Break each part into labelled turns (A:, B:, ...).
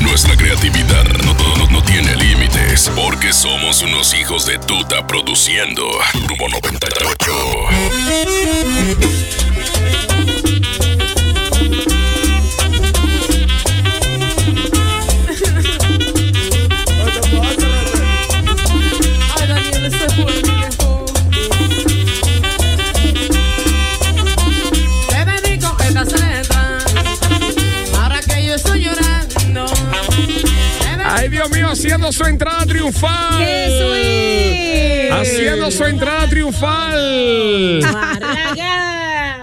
A: Nuestra creatividad no, no, no tiene límites porque somos unos hijos de tuta produciendo Rumbo 98.
B: Ay, Daniel, este fue el viejo. Te dedico estas letras. Ahora que yo estoy llorando.
C: Ay, Dios mío, haciendo su entrada triunfal. Haciendo su entrada triunfal. Ah, ah,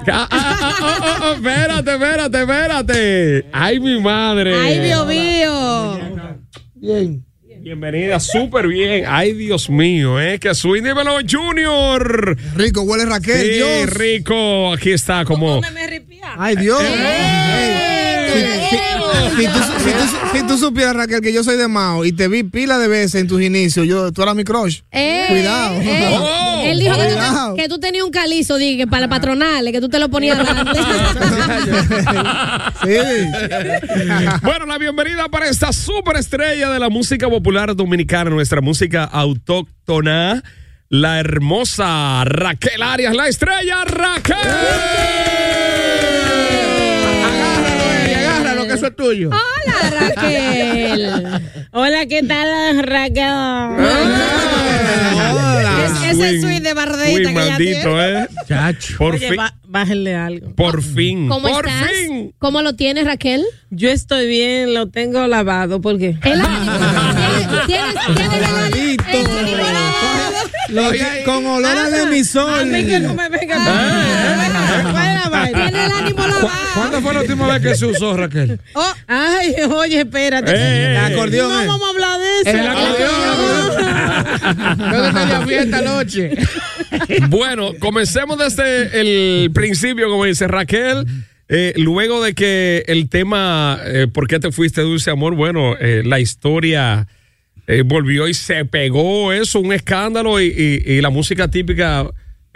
C: ah, ah, ah, ah, espérate, espérate, espérate. Ay, mi madre.
D: Ay, Dios mío.
C: Bienvenida, súper bien. Ay, Dios mío, eh, que soy dímelo, Junior.
E: Rico, huele Raquel,
C: Qué
E: Dios.
C: rico. Aquí está como.
E: Ay, Dios. Eh, Ey. Si- Si, tú, si tú- si tú supieras, Raquel, que yo soy de Mao y te vi pila de veces en tus inicios, yo, tú eras mi crush.
D: Eh,
E: Cuidado.
D: eh,
C: Oh.
D: él dijo que tú,
E: Cuidado.
D: que tú tenías un calizo, dije, para patronales, que tú te lo ponías delante.
C: Bueno, la bienvenida para esta superestrella de la música popular dominicana, nuestra música autóctona, la hermosa Raquel Arias, la estrella Raquel.
E: Agárralo, que eso es tuyo.
D: Hola, Raquel.
B: Hola, ¿qué tal, Raquel?
C: Ah. Hola.
D: Es- ese
C: Uy,
D: swing de bardeíta
C: uy,
D: que ella
C: maldito, ¿eh? Por fin.
B: bájenle algo.
C: Por fin.
D: ¿Cómo
C: por
D: estás?
C: fin.
D: ¿Cómo lo tienes, Raquel?
B: Yo estoy bien, lo tengo lavado, ¿por qué?
D: El ánimo. Tienes- tienes- tienes el ánimo- el ánimo lavado.
E: Lo que- con olor al
B: Ah, A
E: emisor.
B: mí que no me venga. ah, ¿Cuál es la vaina?
D: Tienes el ánimo lavado.
C: fue la última vez que se usó, Raquel?
B: Oh, ay, oye, espérate.
C: Eh,
E: El acordeón,
B: no
E: eh.
B: vamos a hablar de eso.
E: El acordeón. Yo que tenía fiesta anoche.
C: Bueno, comencemos desde el principio, como dice Raquel. Eh, luego de que el tema eh, ¿Por qué te fuiste, Dulce Amor? Bueno, eh, la historia eh, volvió y se pegó eso, un escándalo, y, y- y la música típica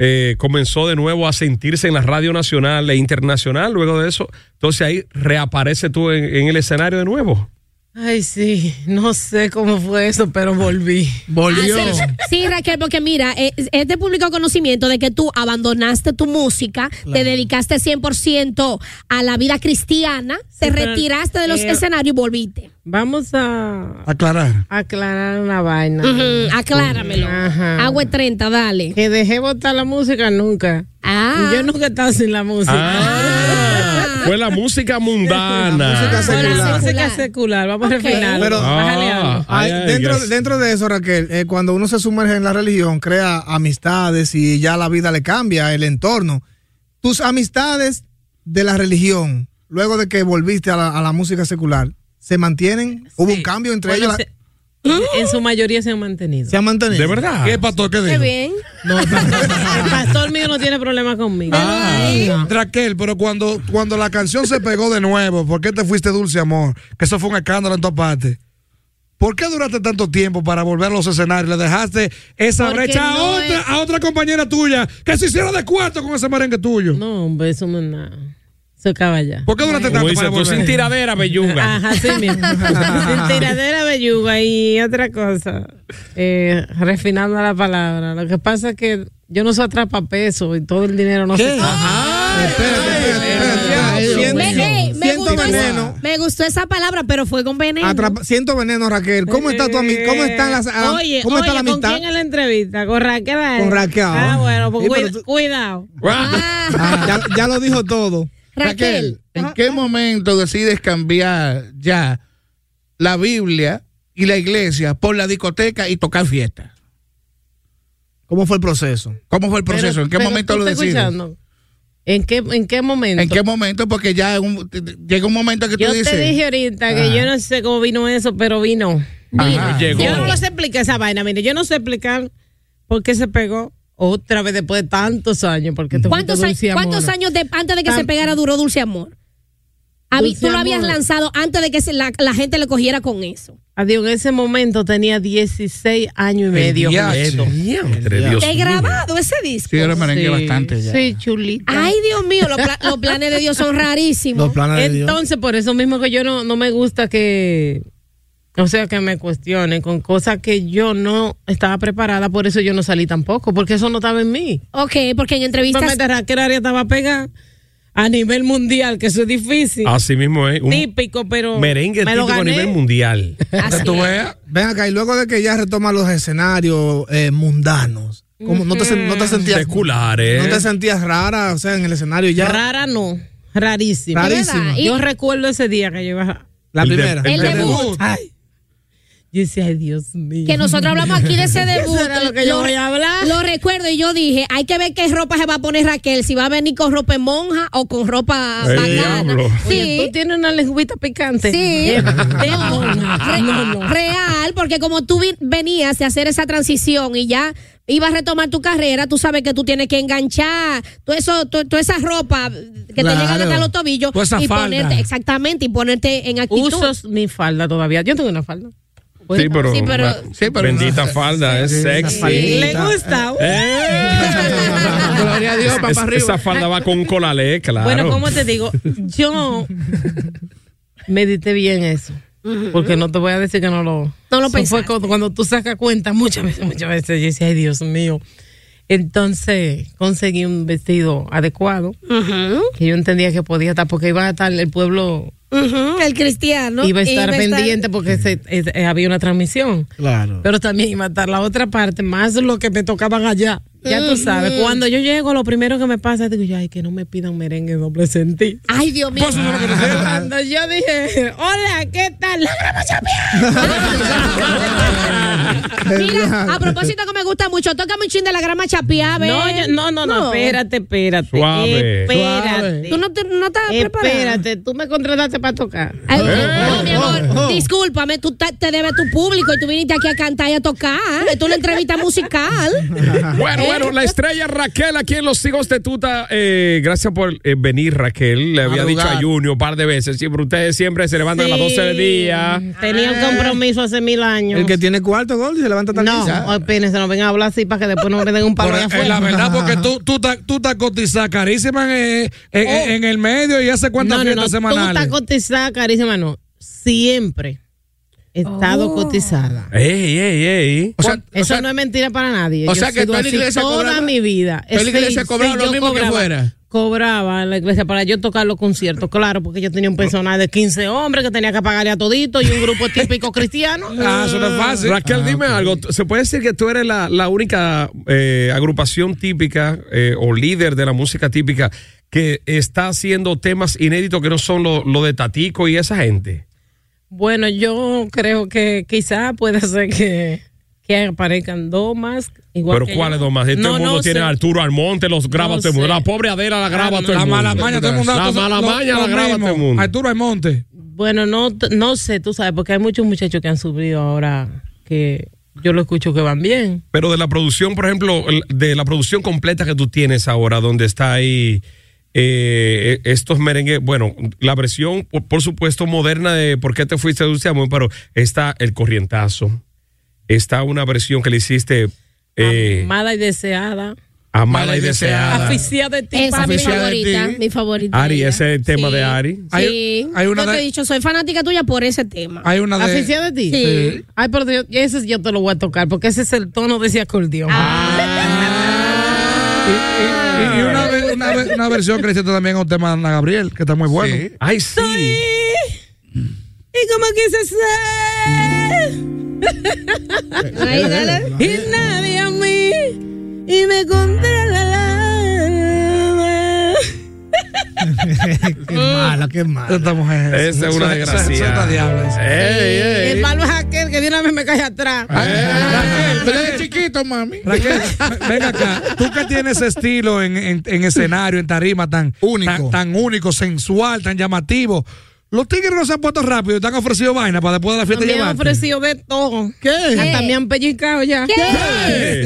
C: eh, comenzó de nuevo a sentirse en la radio nacional e internacional. Luego de eso, entonces ahí reaparece tú en, en el escenario de nuevo.
B: Ay, sí, no sé cómo fue eso, pero volví.
E: Volvió.
D: Sí, Raquel, porque mira, eh, es de público conocimiento de que tú abandonaste tu música, te dedicaste 100% a la vida cristiana, te
B: pero-
D: retiraste de los
B: eh,
D: escenarios y volviste.
B: Vamos a
E: Aclarar.
B: aclarar una vaina.
D: Ujú, acláramelo.
B: Ajá.
D: Agua 30, dale.
B: Que dejé botar la música nunca.
D: Ah,
B: Yo nunca he estado sin la música.
C: Ah, fue la música mundana.
E: música
B: La
E: secular.
B: música secular, vamos a refinarlo.
E: Pero- ah.
B: Bájale algo.
C: ay,
E: Ay,
C: ay,
E: dentro,
C: yes.
E: dentro de eso, Raquel, eh, cuando uno se sumerge en la religión, crea amistades y ya la vida le cambia, el entorno. Tus amistades de la religión, luego de que volviste a la, a la música secular, ¿se mantienen? ¿Hubo un cambio entre
B: Bueno,
E: ellos?
B: se-
F: En su mayoría se han mantenido.
E: Se ha mantenido.
C: ¿De verdad?
G: ¿Qué pastor? ¿Qué
D: Qué
G: dijo?
D: bien.
F: No, el pastor mío no tiene problema conmigo.
H: Ah.
E: Ah.
G: Raquel, pero cuando, cuando la canción se pegó de nuevo, ¿por qué te fuiste dulce amor? Que eso fue un escándalo en tu parte. ¿Por qué duraste tanto tiempo para volver a los escenarios? Le dejaste esa
F: Porque
G: brecha
F: no
G: a, otra,
F: es-
G: a otra compañera tuya que se hiciera de cuarto con ese merengue tuyo.
F: No, hombre, eso no es nada. Eso acaba ya.
G: ¿Por qué duraste
C: Como
G: tanto
C: dice,
G: para
C: tú sin
G: volver?
C: tiradera, belluga.
F: Ajá, sí mismo. Sin tiradera belluga y otra cosa. Eh, refinando la palabra. Lo que pasa es que yo no soy atrapapeso y todo el dinero no se
E: Espérate, espérate, espérate. Siento-
D: Me, ey, me
E: Siento
D: gustó
E: veneno.
D: esa, me gustó esa palabra, pero fue con veneno. Eh,
E: Atrapa- siento veneno, Raquel. ¿Cómo está tu ami- ¿Cómo están las a-
F: Oye,
E: ¿Cómo está
F: oye,
E: la amistad?
F: ¿Con quién es la entrevista? Con Raquel. ¿eh?
E: Con Raquel.
F: Ah, bueno, pues
E: Sí, pero
F: cuida-
E: tú-
F: cuidado.
D: Ah,
E: Ah, ya, ya lo dijo todo.
D: Raquel.
H: ¿en qué momento decides cambiar ya la Biblia y la iglesia por la discoteca y tocar fiestas?
E: ¿Cómo fue el proceso?
H: ¿Cómo fue el proceso?
F: Pero-
H: ¿En qué
F: pero
H: momento
F: tú
H: lo
F: estás
H: decides?
F: escuchando? ¿En qué, ¿En qué momento?
H: ¿En qué momento? Porque ya en un- te- te- llega un momento que tú
F: yo
H: dices. Ah.
F: te dije ahorita que yo no sé cómo vino eso, pero vino.
C: Vino, llegó.
F: Yo no sé explicar esa vaina. Mire, yo no sé explicar por qué se pegó otra vez después de tantos años. Porque esto fue
D: ¿Cuántos,
F: Dulce
D: a-
F: Amor.
D: cuántos años de- antes de que se
F: Tan-
D: pegara duró Dulce Amor? Habi-
F: Dulce
D: tú lo habías
F: Amor.
D: lanzado antes de que se- la, la gente le cogiera con eso.
F: Adiós, en ese momento tenía 16 años y medio. completo.
C: Diantre, Dios
D: He
C: mío.
D: grabado ese disco.
H: Sí, yo lo merengué bastante ya.
F: Sí, chulita.
D: Ay, Dios mío, los, pla- los planes de Dios son rarísimos.
E: planes
F: Entonces, por eso mismo que yo no, no me gusta que, o sea, que me cuestionen con cosas que yo no estaba preparada, por eso yo no salí tampoco, porque eso no estaba en mí.
D: Ok, porque en entrevistas.
F: Normalmente Raquel Arias estaba pegada a nivel mundial, que eso es difícil.
C: Así mismo es. Un
F: típico, pero
C: merengue
F: me lo
C: típico a
F: gané.
C: nivel mundial.
D: Así
G: Tú
D: es.
G: veas.
E: Ven acá, y luego de que ya retoma los escenarios eh, mundanos, ¿cómo, no, te, sen- no te sentías
C: Seculares.
E: no te sentías rara, o sea, en el escenario ya?
F: Rara no, rarísima.
E: Rarísima.
D: ¿Verdad? Y-
F: Yo recuerdo ese día que yo iba,
E: La
C: El de-
E: primera.
C: el
D: El
C: debut.
D: debut.
F: ay, yo decía, ay Dios mío.
D: que nosotros hablamos aquí de ese debut.
F: era lo que yo voy a hablar.
D: lo recuerdo y yo dije, hay que ver qué ropa se va a poner Raquel, si va a venir con ropa de monja o con ropa
C: El
D: bacana.
C: diablo.
F: Oye,
D: Sí.
F: tú tienes una lengüita picante.
D: Sí,
F: Eh,
D: No, re- real, porque como tú vi- venías de hacer esa transición y ya ibas a retomar tu carrera, tú sabes que tú tienes que enganchar todo eso, to- toda esa ropa que
E: Claro.
D: te llegan hasta los tobillos
G: Toda esa
D: y
G: falda.
D: ponerte, exactamente, y ponerte en actitud.
F: usas mi falda todavía. Yo tengo una falda.
C: Sí, pero,
D: Sí, pero-
C: bueno,
H: sí, pero-
C: bendita falda, es sexy.
E: Sí.
F: Le gusta.
C: ¡Eh!
H: Gloria a Dios,
C: Es-
H: papá arriba.
C: esa falda va con un colalé, claro.
F: Bueno, como te digo, yo medité bien eso. Porque no te voy a decir que no lo.
D: No lo
F: Eso fue
D: pensaste.
F: cuando, cuando tú sacas cuenta, muchas veces, muchas veces, yo decía, ay Dios mío. Entonces conseguí un vestido adecuado
D: Ujú,
F: que yo entendía que podía estar, porque iba a estar el pueblo
D: ujú, el cristiano.
F: iba a estar
D: iba
F: pendiente porque se- es- eh, había una transmisión.
E: Claro.
F: Pero también iba a estar la otra parte, más lo que me tocaban allá. Ya tú sabes, cuando yo llego, lo primero que me pasa es digo, yo, ay, que no me pidan merengue doble sentido.
D: Ay, Dios mío.
F: Cuando yo dije, hola, ¿qué tal? La grabación mía.
D: Ah. Mira, a propósito que me gusta mucho, tócame un chin de la grama chapiá, a ver.
F: No, yo- no, no, no, espérate, espérate.
C: Suave.
F: Espérate.
D: Tú no, te, no estás preparada.
F: Espérate, tú me contrataste para tocar.
D: Ay, no, mi amor, discúlpame, tú te, te debes a tu público y tú viniste aquí a cantar y a tocar. Esto es una entrevista musical.
C: Bueno, bueno, la estrella Raquel aquí en Los Hijos de Tuta. eh, gracias por eh, venir, Raquel. Le había dicho
H: Madrugar.
C: a Junior un par de veces. Siempre ustedes siempre se levantan a las 12 del día.
F: Tenía un compromiso hace mil años.
E: El que tiene cuarto gol y se levanta tarde.
F: No, oh, eh,
E: Ya.
F: espérense, no vengan a hablar así para que después no me den un palo
G: Por- eh,
F: allá afuera.
G: la verdad, porque tú, tú, ta- tú te cotizas carísima en, eh, en- en- en el medio y hace cuántas
F: Oh. no, no, no,
G: fiestas
F: tú estás
G: semanales.
F: cotizada, carísima, no. Siempre he estado cotizada.
C: Ey, ey, ey.
H: O sea, o
F: Eso
H: sea,
F: no es mentira para nadie.
H: o
F: Yo
H: sea que
F: he sido
H: tú en la
F: así
H: iglesia
F: toda
H: cobraba-
F: mi vida.
H: tú en la iglesia cobraba lo
F: yo
H: mismo que fuera.
F: Cobraba en la iglesia para yo tocar los conciertos, claro, porque yo tenía un personal de 15 hombres que tenía que pagarle a todito y un grupo típico cristiano.
G: Ah, eso no es fácil.
C: Raquel, dime algo. ¿Se puede decir que tú eres la, la única eh, agrupación típica eh, o líder de la música típica que está haciendo temas inéditos que no son lo, lo de Tatico y esa gente?
F: Bueno, yo creo que quizá puede ser que, que aparezcan dos más. Igual
C: Pero
F: que
C: ¿cuáles
F: yo.
C: dos más? Este
F: No,
C: mundo
F: no
C: tiene
F: sé.
C: a Arturo Almonte, los graba
F: No
C: todo el mundo.
F: sé.
C: La pobre Adela la graba
F: Ah, no.
C: todo el
G: La
C: mundo.
G: malamaña, todo el mundo.
C: La
G: todo-
C: mala
G: lo-
C: maña
G: lo
C: la graba
G: mismo.
C: todo el mundo.
G: Arturo Almonte.
F: Bueno, no, t- no sé, tú sabes, porque hay muchos muchachos que han subido ahora que yo lo escucho que van bien.
C: Pero de la producción, por ejemplo, el- de la producción completa que tú tienes ahora, donde está ahí eh, estos merengues, bueno, la versión, por, por supuesto, moderna de ¿Por qué te fuiste dulce amor? Pero está el corrientazo, está una versión que le hiciste eh,
F: Amada y deseada.
C: amada y deseada.
F: Afición de ti.
D: Esa es mi
C: Oficial de
D: favorita, mi favorita.
C: Ari, ese es el tema
D: Sí.
C: de Ari.
D: Sí.
G: hay una
D: yo te
G: de-
D: he dicho, soy fanática tuya por ese tema.
G: Hay una de.
F: Afición de ti.
D: Sí.
F: Ay, pero yo- ese yo te lo voy a tocar porque ese es el tono de ese acordeón.
D: Ah.
G: Y, y- y una, ve- una ve- una versión que le hiciste también a un tema de Ana Gabriel, que está muy bueno.
H: Sí.
C: Ay, sí.
F: Y como quise ser.
D: Ay, dale.
F: Y nadie a mí. Y me controla la alma.
E: qué mala, qué mala.
G: Esta mujer.
C: Esa es una
G: esa- esa- esa
C: desgracia.
G: está diabla, esa.
C: Ey, ey.
F: El malo es aquel que de una vez me cae atrás.
G: Eh,
H: Raquel, tú eres chiquito, mami.
G: Raquel, ve- ven acá. Tú que tienes ese estilo en, en- en escenario, en tarima tan
H: Único.
G: tan, tan único, sensual, tan llamativo. Los tigres no se han puesto rápido y te han ofrecido vaina para después de la fiesta
F: Me han
G: llevarte.
F: ofrecido de todo. ¿Qué? Hasta me han pellizcado ya.
D: ¿Qué?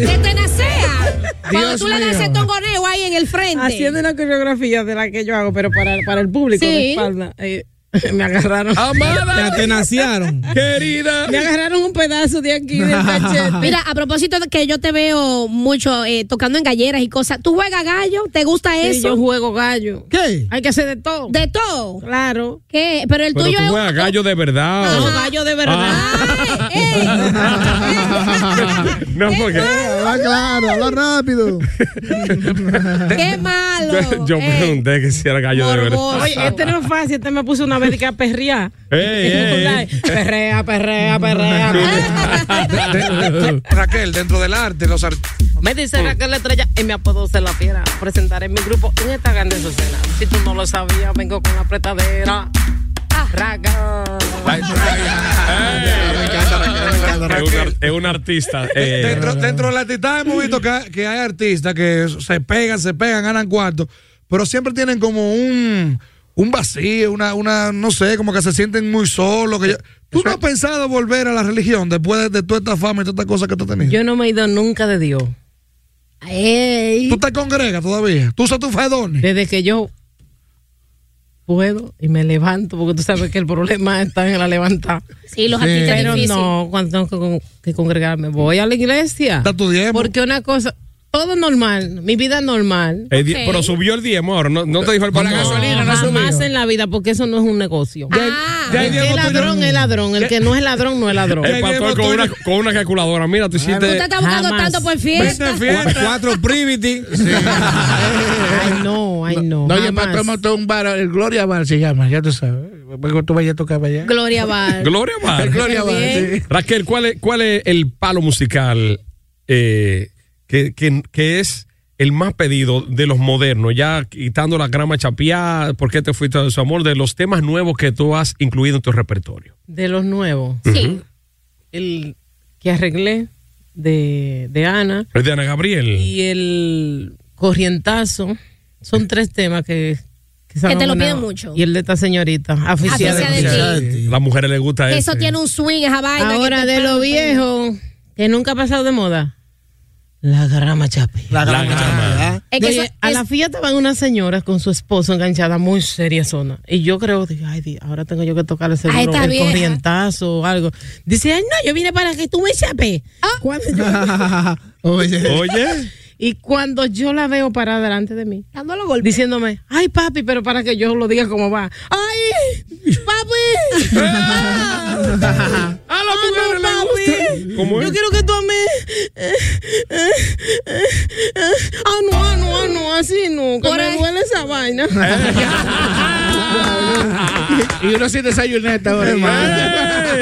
D: Que te nacea. Cuando
H: Dios
D: tú le das
H: mío.
D: ese tongoneo ahí en el frente.
F: Haciendo una coreografía de la que yo hago, pero para, para el público
D: Sí.
F: de espalda. eh, me agarraron.
C: Amada,
E: Te atenaciaron.
C: querida.
F: Me agarraron un pedazo de aquí del cachete.
D: Mira, a propósito de que yo te veo mucho eh, tocando en galleras y cosas. ¿Tú juegas gallo? ¿Te gusta
F: Sí,
D: eso?
F: yo juego gallo.
E: ¿Qué?
F: Hay que hacer de todo.
D: De todo.
F: Claro.
D: ¿Qué? Pero el
C: Pero
D: tuyo
C: tú
D: es. un-
C: juegas gallo de verdad.
F: Juego gallo de verdad.
D: Ay, ey.
C: No, porque.
D: Ah,
E: Habla claro, habla rápido.
D: ¡Qué malo!
C: Yo
D: Ey.
C: pregunté que si era gallo de verdad.
D: Eh. Morboso.
F: Oye, este no es fácil. Este me puso una vez que a perrear.
C: Ey, ey, ey.
F: Perrea, perrea, perrea.
G: Raquel, dentro del arte, los art-
F: me dice Raquel la estrella y me apodó ser la fiera. Presentaré mi grupo en esta grande escena. Si tú no lo sabías, vengo con la apretadera. Raga.
C: Ey. Es un ar- Es un artista. eh,
G: dentro, dentro de la artista hemos visto que, que hay artistas que se pegan, se pegan, ganan cuarto, pero siempre tienen como un, un vacío, una, una, no sé, como que se sienten muy solos. que yo- ¿Tú no has pensado volver a la religión después de, de toda esta fama y todas estas cosas que tú has tenido?
F: Yo no me he ido nunca de Dios.
D: Ey.
G: ¿Tú te congregas todavía? ¿Tú usas tus fedones?
F: Desde que yo puedo y me levanto, porque tú sabes que el problema está en la levantada.
D: Sí, los artistas
F: Pero
D: difíciles.
F: no, cuando tengo que, con- que congregarme, voy a la iglesia.
G: ¿Da tu diezmo?
F: Porque una cosa, todo normal, mi vida normal.
C: eh, di-
D: Ok.
C: Pero subió el diezmo, ahora, no, no te dijo el
H: Con la
C: pastor.
H: gasolina, no
F: Jamás
H: subió.
F: en la vida, porque eso no es un negocio.
D: Ah,
G: Ya hay
F: el que es
G: diezmo tuyo.
F: ladrón es ladrón, el que no es ladrón no es ladrón.
C: El pastor con una, con una calculadora. Mira, tú
D: tú te
C: hiciste.
D: estás buscando
F: jamás.
D: tanto por
G: Vete
D: fiesta.
G: fiesta.
E: Cuatro privity.
F: Ay, no, ay, no.
H: No, yo
F: jamás.
H: me tomo todo un bar, el Gloria Bar se llama, ya tú sabes. Luego tú vayas a tocar para allá.
D: Gloria Bar.
C: Gloria Bar.
H: El Gloria Bar, sí.
C: Raquel, ¿cuál es, ¿cuál es el palo musical eh, que, que- que es el más pedido de los modernos? Ya quitando la grama chapiá, ¿por qué te fuiste de su amor? De los temas nuevos que tú has incluido en tu repertorio.
F: De los nuevos,
D: Sí.
F: el que arreglé de, de Ana
C: El de Ana Gabriel.
F: y el corrientazo, son tres temas que... Que, se han
D: Que te lo piden
F: abonado.
D: mucho.
F: Y el de esta señorita,
D: Afición
F: afición
D: de
F: de
D: ti.
C: A las mujeres les gusta
D: Eso
C: ese.
D: tiene un swing, esa vaina. que
F: Ahora
D: te
F: de lo
D: pasa.
F: viejo, que nunca ha pasado de moda. La grama chapi.
E: La
C: La grama.
D: Es que eso-
F: a
D: es-
F: la fiesta van unas señoras con su esposo enganchada muy seria zona. Y yo creo, dije, ay, di- ahora tengo yo que tocar el seguro,
D: esta
F: el
D: vieja.
F: corrientazo o algo. Dice, ay, no, yo vine para que tú me chapes.
D: Ah.
F: Cuando yo-
E: Oye.
C: Oye.
F: y cuando yo la veo parada delante de mí,
D: dándolo golpe.
F: diciéndome, ay, papi, pero para que yo lo diga cómo va. Ay, papi. Ah,
C: A las mujeres les
F: no, papi.
C: gusta. ¿Cómo es?
F: Yo quiero que tú a mí. eh, eh, eh, eh, Ah, no, ah, no, ah, no, así no. Que
D: Por
F: me
D: ahí.
F: duele esa vaina. Eh.
H: Y uno sin desayunar esta hora.
D: Di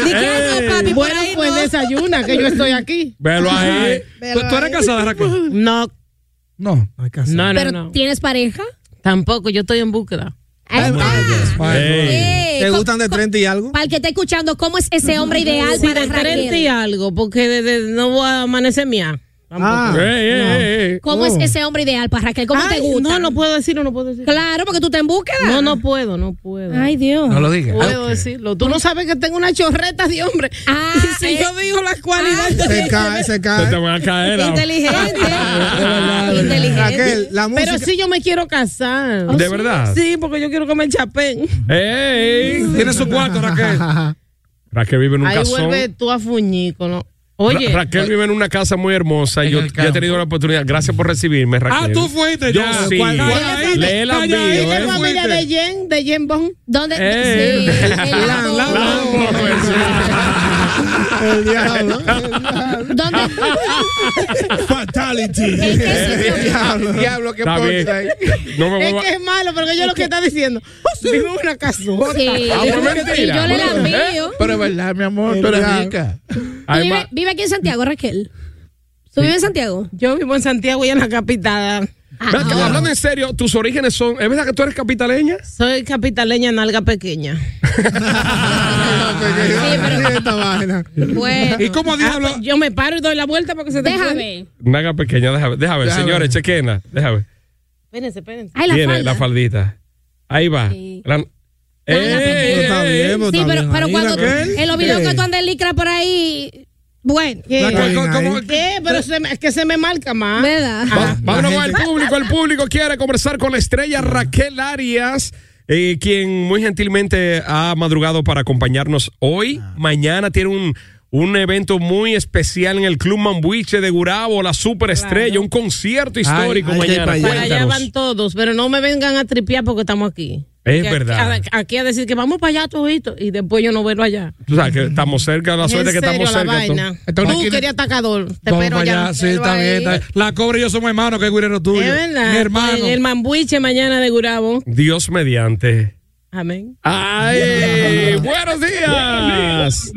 D: que, "Ay, no, papi, por
F: Bueno,
D: ahí
F: pues
D: no".
F: desayuna, que yo estoy aquí.
C: Velo ahí.
G: ¿Tú, tú eres casada, Raquel?
F: No,
G: No.
F: no, no,
D: Pero
F: no.
D: ¿tienes pareja?
F: Tampoco, yo estoy en búsqueda.
D: Ahí está.
C: Ey.
D: Eh,
E: ¿Te
D: co-
E: gustan de 30 y algo?
D: Para el que está escuchando, ¿cómo es ese hombre ideal
F: Sí,
D: para
F: de 30
D: Raquel?
F: y algo, porque de- de- no voy a amanecer mía.
E: Ah,
D: Ah.
F: Tampoco.
D: ¿Cómo es ese hombre ideal para Raquel? ¿Cómo te
F: Ay,
D: gusta?
F: No, no puedo decirlo, no puedo decir.
D: Claro, porque tú te en búsqueda.
F: No, no puedo, no puedo.
D: Ay, Dios.
H: No lo digas.
F: Puedo decirlo. Tú no sabes que tengo una chorreta de hombre.
D: Ah,
F: Y si yo digo las cualidades de
E: Se cae, se
C: Se te
E: cae.
C: van a caer. ahora.
D: inteligente.
E: Raquel,
D: inteligente.
E: la música.
F: Pero sí yo me quiero casar.
D: Oh,
C: ¿De verdad?
F: Sí, porque yo quiero que me chapen.
C: ah. Ey, Tiene su cuarto, Raquel. Raquel vive en un
F: Ahí
C: casón.
F: vuelve tú a fuñir con lo- Oye, pues-
C: Ra- Raquel vive en una casa muy hermosa. y
H: En
C: Yo,
H: el
C: yo he tenido la oportunidad. Gracias por recibirme, Raquel.
G: Ah, tú fuiste.
C: Yo
G: ya.
C: sí.
G: ¿Cuál- cuál ahí?
C: Lee la
G: Calla ahí,
C: bio,
G: que
C: ¿eh?
F: la familia de Jen, de Jen Bond.
D: ¿Dónde?
C: Eh.
D: Sí, el
E: Lan, lan,
D: amor.
C: Vamos,
E: lan. El diablo. el diablo.
D: ¿Dónde?
E: Fatality.
D: ¿En qué sitio?
E: El diablo.
H: Diablo, qué
C: Está bien.
H: poncha ahí.
C: No me
F: Es
C: vuelva-
F: que es malo, porque yo lo que está diciendo.
C: Oh,
F: Vivo en una casona.
D: Sí.
C: Ah, bueno,
D: Y yo
C: mentira.
D: le la envío.
H: Pero es verdad, mi amor, tú eres
E: Diablo.
H: rica.
C: Hay
D: Vive,
C: más-
D: vive aquí en Santiago, Raquel. ¿Tú vives en Santiago?
F: Yo vivo en Santiago y en la capital.
C: Ven acá, Hablando en serio, tus orígenes son. ¿Es verdad que tú eres capitaleña?
F: Soy capitaleña nalga pequeña.
C: Ah,
D: Sí, pero-
E: Sí, esta vaina.
D: Bueno.
G: ¿Y cómo
F: Ah,
G: diablo?
F: pues yo me paro y doy la vuelta porque se te
D: Déjame.
C: Naga pequeña, déjame, déjame,
H: Déjame.
C: señores, chequena. Déjame.
F: Espérense, espérense.
D: Ay, la
C: Viene
D: falda.
C: la faldita. Ahí va.
D: Sí.
C: La- ¡Eh! ¡Ey!
E: Está bien, pues,
D: Sí,
E: está
D: pero,
E: bien
D: pero
E: ahí,
D: cuando
E: Raquel.
D: en los videos que
E: Eh.
D: tú andas en licra por ahí, bueno,
F: ¿Qué?
E: La
G: ¿Cómo-
C: Pues,
E: Bien
G: cómo-
E: ahí.
F: ¿Qué? Pero se me- es que se me marca más.
D: ¿verdad?
F: Ah,
C: Va- Vámonos con el público. El público quiere conversar con la estrella Raquel Arias, eh, quien muy gentilmente ha madrugado para acompañarnos hoy.
E: Ah.
C: Mañana tiene un, un evento muy especial en el Club Mambuiche de Gurabo, la superestrella, un concierto histórico
E: hay que ir
C: mañana.
E: para allá.
F: Para allá
C: Cuéntanos.
F: van todos, pero no me vengan a tripear porque estamos aquí.
C: Es
F: Que aquí-
C: verdad.
F: a- Aquí a decir que vamos para allá todito y después yo no verlo allá.
C: Tú sabes que estamos cerca, la
F: En
C: suerte que
F: serio,
C: estamos
F: la
C: cerca.
F: vaina.
C: tú.
H: Entonces,
F: Tú
H: ¿quién-
F: querías atacador. Te
G: Vamos
F: espero
G: para
F: allá.
G: allá, sí, está bien, está bien. La cobra y yo somos hermanos, que es guirero tuyo.
F: Es verdad.
G: Mi hermano.
F: Pues, El mambuiche mañana de Gurabo.
C: Dios mediante.
F: Amén.
C: ¡Ay! ¡Buenos días!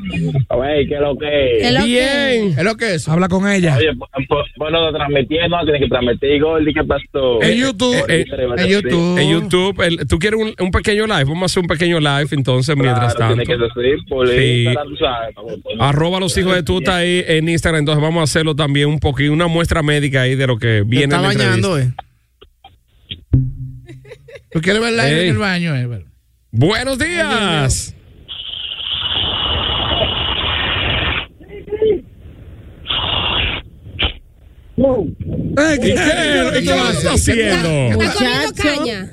I: Oye, ¿qué es lo que es?
D: Es lo que-
C: Bien.
H: ¿Es lo que es?
G: Habla con ella.
I: Oye, pues, pues, bueno, lo transmití, no, tiene que transmitir, Gordy, ¿qué pasó?
G: En YouTube.
C: Eh, eh,
H: En YouTube.
C: En YouTube, el- tú quieres un, un pequeño live, vamos a hacer un pequeño live entonces mientras
I: Claro, tiene
C: tanto.
I: que decir, por
C: Sí. Ah.
I: Instagram, tú sabes, por- por-
C: Arroba los hijos de tuta ahí en Instagram, entonces vamos a hacerlo también un poquito, una muestra médica ahí de lo que
E: Te
C: viene.
E: está
C: en la entrevista.
E: bañando, eh.
H: ¿Tú quieres ver la
C: Ey.
H: en el baño? eh, bueno.
C: Buenos días.
G: Ey,
C: ¿Y qué, ¿Y qué estás haciendo?
D: ¿Estás comiendo
F: Muchacho.
D: caña?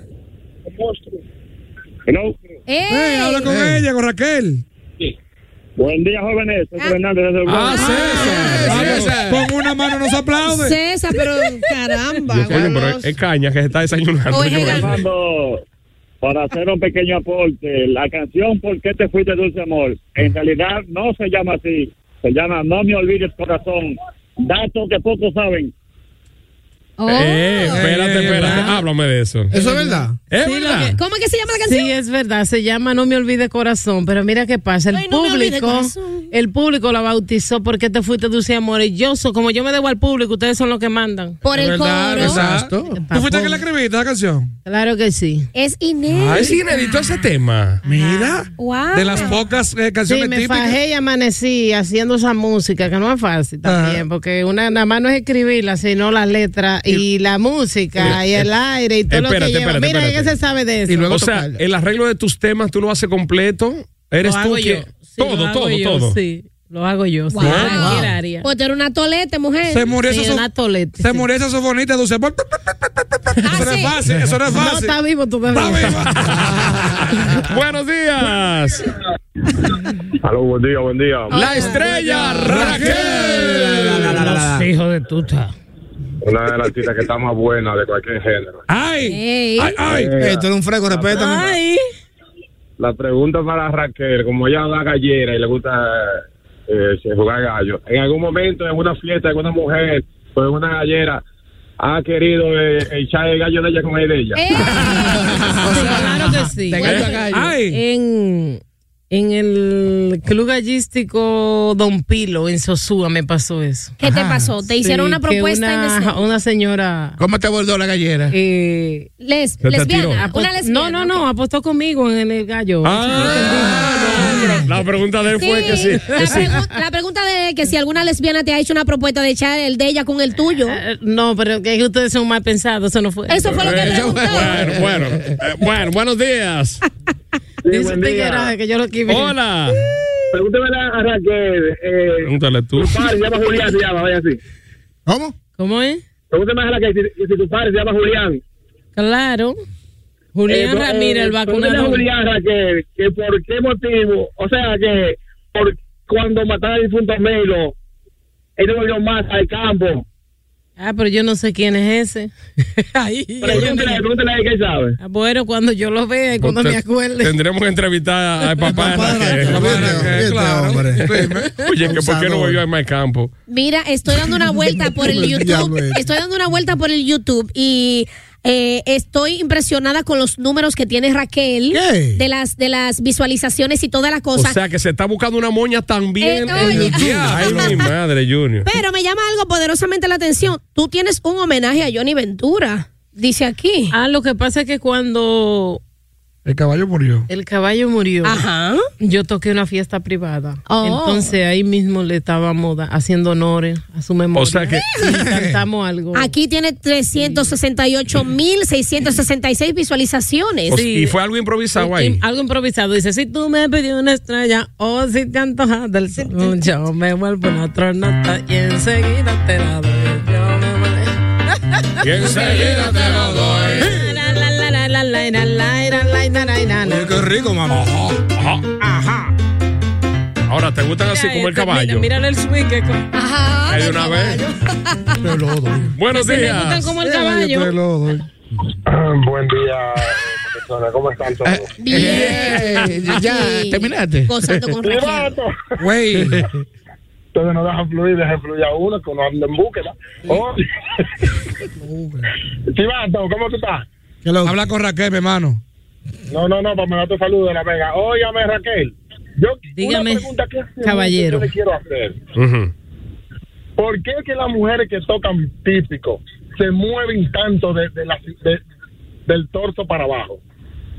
G: Ey,
D: ¡Ey!
G: habla con ella, con Raquel.
I: Buen día, jóvenes. Soy Fernández desde el
C: Ah,
I: Bronx.
C: César. Ah,
H: César.
G: Con con una mano no se aplaude.
D: César, pero caramba.
C: Coño, pero es, es caña que se está desayunando.
D: Oye,
C: señor.
D: Gerardo.
I: Mando, Para hacer un pequeño aporte, la canción ¿Por qué te fuiste, dulce amor? En realidad no se llama así. Se llama No me olvides, corazón. Dato que pocos saben.
D: Oh.
C: Eh, espérate, espérate. Háblame de eso.
E: Eso es verdad.
C: ¿Es
F: Sí, lo
C: verdad?
D: ¿Cómo es que se llama la canción?
F: Sí, es verdad, se llama No me olvide corazón, pero mira qué pasa, el
D: Ay, no me olvide,
F: público,
D: corazón.
F: el público la bautizó porque te fuiste dulce amor y yo so- como yo me debo al público, ustedes son los que mandan.
D: Por el
G: ¿Verdad?
D: coro.
G: Exacto. ¿Tú fuiste
F: Papón.
G: que la escribiste la canción?
F: Claro que sí.
D: Es Inés.
C: Ay, sí, inédito ese tema.
H: Ah.
G: Mira.
D: Wow.
G: De las pocas eh,
F: Sí,
G: canciones
F: me
G: típicas.
F: fajé y amanecí haciendo esa música, que no es fácil también,
G: Ajá.
F: porque una nada más no es escribirla, sino las letras y, la música y el aire y todo lo
C: espérate,
F: que lleva.
C: espérate,
F: Mira,
C: espérate.
F: ¿quién se sabe de eso?
H: Y luego
C: O sea,
H: tocarla.
C: el arreglo de tus temas tú lo haces completo. Eres
F: Lo
C: tú
F: hago yo.
C: quien.
F: Sí, lo
C: todo,
F: hago
C: todo,
F: yo,
C: todo.
F: Sí, lo hago yo. sí,
D: Wow.
F: en cualquier área.
D: Pues tú eres una tolete, mujer.
G: Se murió
F: Sí,
G: esa
F: una
G: so-
F: tolete,
G: se
F: sí.
G: murió esa sofonita dulce. amor. Eso no es
D: Ah, sí.
G: fácil, eso no es
F: No,
G: fácil.
F: está vivo todavía.
G: Está viva.
C: Buenos días.
I: Aló, buen día, buen día.
C: La estrella Raquel.
F: Los hijos de tuta.
I: Una de las chicas que está más buena de cualquier género.
G: ¡Ay!
D: Ey.
G: ¡Ay, ay!
E: Ey, tú eres un
H: Ah,
E: fresco, respétame.
F: Ay,
I: La pregunta para Raquel, como ella da gallera y le gusta eh, jugar gallo, en algún momento en una fiesta, en una mujer, con una gallera, ha querido eh, echar el gallo de ella con el de ella.
D: Ey.
F: claro que sí.
H: De gallo a gallo.
C: Eh,
G: ¡Ay!
F: En, en el club gallístico Don Pilo, en Sosúa, me pasó eso.
D: ¿Qué te pasó? ¿Te E hicieron
F: Sí,
D: una
F: que
D: propuesta
F: Una,
D: indecente?
F: una señora.
H: ¿Cómo te abordó la gallera?
F: eh,
D: Les-
C: te
D: lesbiana,
F: Ah, pues,
C: tiró.
D: una
F: apost-
D: lesbiana.
F: no, no, no,
D: ok.
F: apostó conmigo en el gallo.
C: Ah, pero la pregunta de él fue que sí. que
D: La,
C: sí.
D: pregu- la pregunta de que si alguna lesbiana te ha hecho una propuesta de echar el de ella con el tuyo.
F: Eh, No, pero que ustedes son mal pensados, eso no fue.
D: Eso fue lo que
C: Bueno, bueno, bueno, Eh, bueno, buenos días.
F: Dice buen día. Tigueraje que yo lo quise.
C: Hola.
I: Pregúntame a Raquel. Eh,
C: Pregúntale tú.
I: Tu padre se llama Julián, se llama, vaya así.
G: ¿Cómo?
F: ¿Cómo es?
I: Pregúntame a Raquel si, si tu padre se llama Julián.
F: Claro. Julián
I: Eh, eh,
F: Ramírez, el
I: pregúntale
F: vacunador.
I: a Julián, Raquel, que por qué motivo, o sea, que por cuando mataron al difunto Melo, él no volvió más al campo.
F: Ah, pero yo no sé quién es ese. Ay,
I: Pregúntale, pregúntale a él que él sabe.
F: Ah, Bueno, cuando yo lo vea y cuando me
C: Usted-
F: acuerde.
C: Tendremos que entrevistar al
H: Ah,
C: papá de Raquel. Claro. Oye, que ¿por qué no volvió a Mike Campo?
D: Mira, estoy dando una vuelta por el
C: Diablo
D: YouTube.
C: eres.
D: Estoy dando una vuelta por el YouTube y eh, estoy impresionada con los números que tiene Raquel de las de las visualizaciones y toda la
C: O
D: cosa.
C: sea, que se está buscando una moña también en
D: Eh, oye.
C: YouTube. Ay, mi madre, Junior.
D: Pero me llama algo poderosamente la atención. Tú tienes un homenaje a Johnny Ventura, dice aquí.
F: Ah, lo que pasa es que cuando
G: El caballo murió.
F: el caballo murió,
C: Ah.
D: Ajá.
F: yo toqué una fiesta privada.
D: Oh.
F: Entonces ahí mismo le estábamos da- haciendo honores a su memoria.
C: O sea que
F: Y cantamos algo.
D: Aquí tiene 368.666 visualizaciones.
C: o- y fue algo improvisado
F: Y
C: ahí.
F: algo improvisado. Dice, si tú me pedí una estrella o si te antojas del sol, yo me vuelvo una astronauta y enseguida te la doy. Yo me vuelvo-
C: Y enseguida te lo doy.
F: La, la, la, la, la, la, la, la, la, la, la, la, la.
G: Qué rico, mamá.
C: Ajá. Ahora, ¿te gustan así como el
F: Mira,
C: caballo?
F: Mira, mira el swing que con-
D: Ajá.
C: Ahí de una vez.
G: Te lo doy.
C: Buenos
F: Se me
C: días.
F: gustan como el
G: Te
F: caballo.
G: lo doy.
I: Buen día, profesora. ¿Cómo están todos?
H: Eh, ya, terminaste.
D: Gozando con Raquel.
G: Güey.
I: Ustedes no dejan fluir, dejan fluir a uno, que uno anda en búsqueda. Oye, Chivato, ¿cómo tú estás?
G: Habla con Raquel, mi hermano.
I: No, no, no, para mandar tu saludo de la Vega. Óigame, Raquel. Yo,
F: Dígame,
I: una pregunta que hace
F: caballero.
I: mucho que yo le quiero hacer.
C: Ujú.
I: ¿Por qué que las mujeres que tocan típico se mueven tanto de, de la- de- del torso para abajo?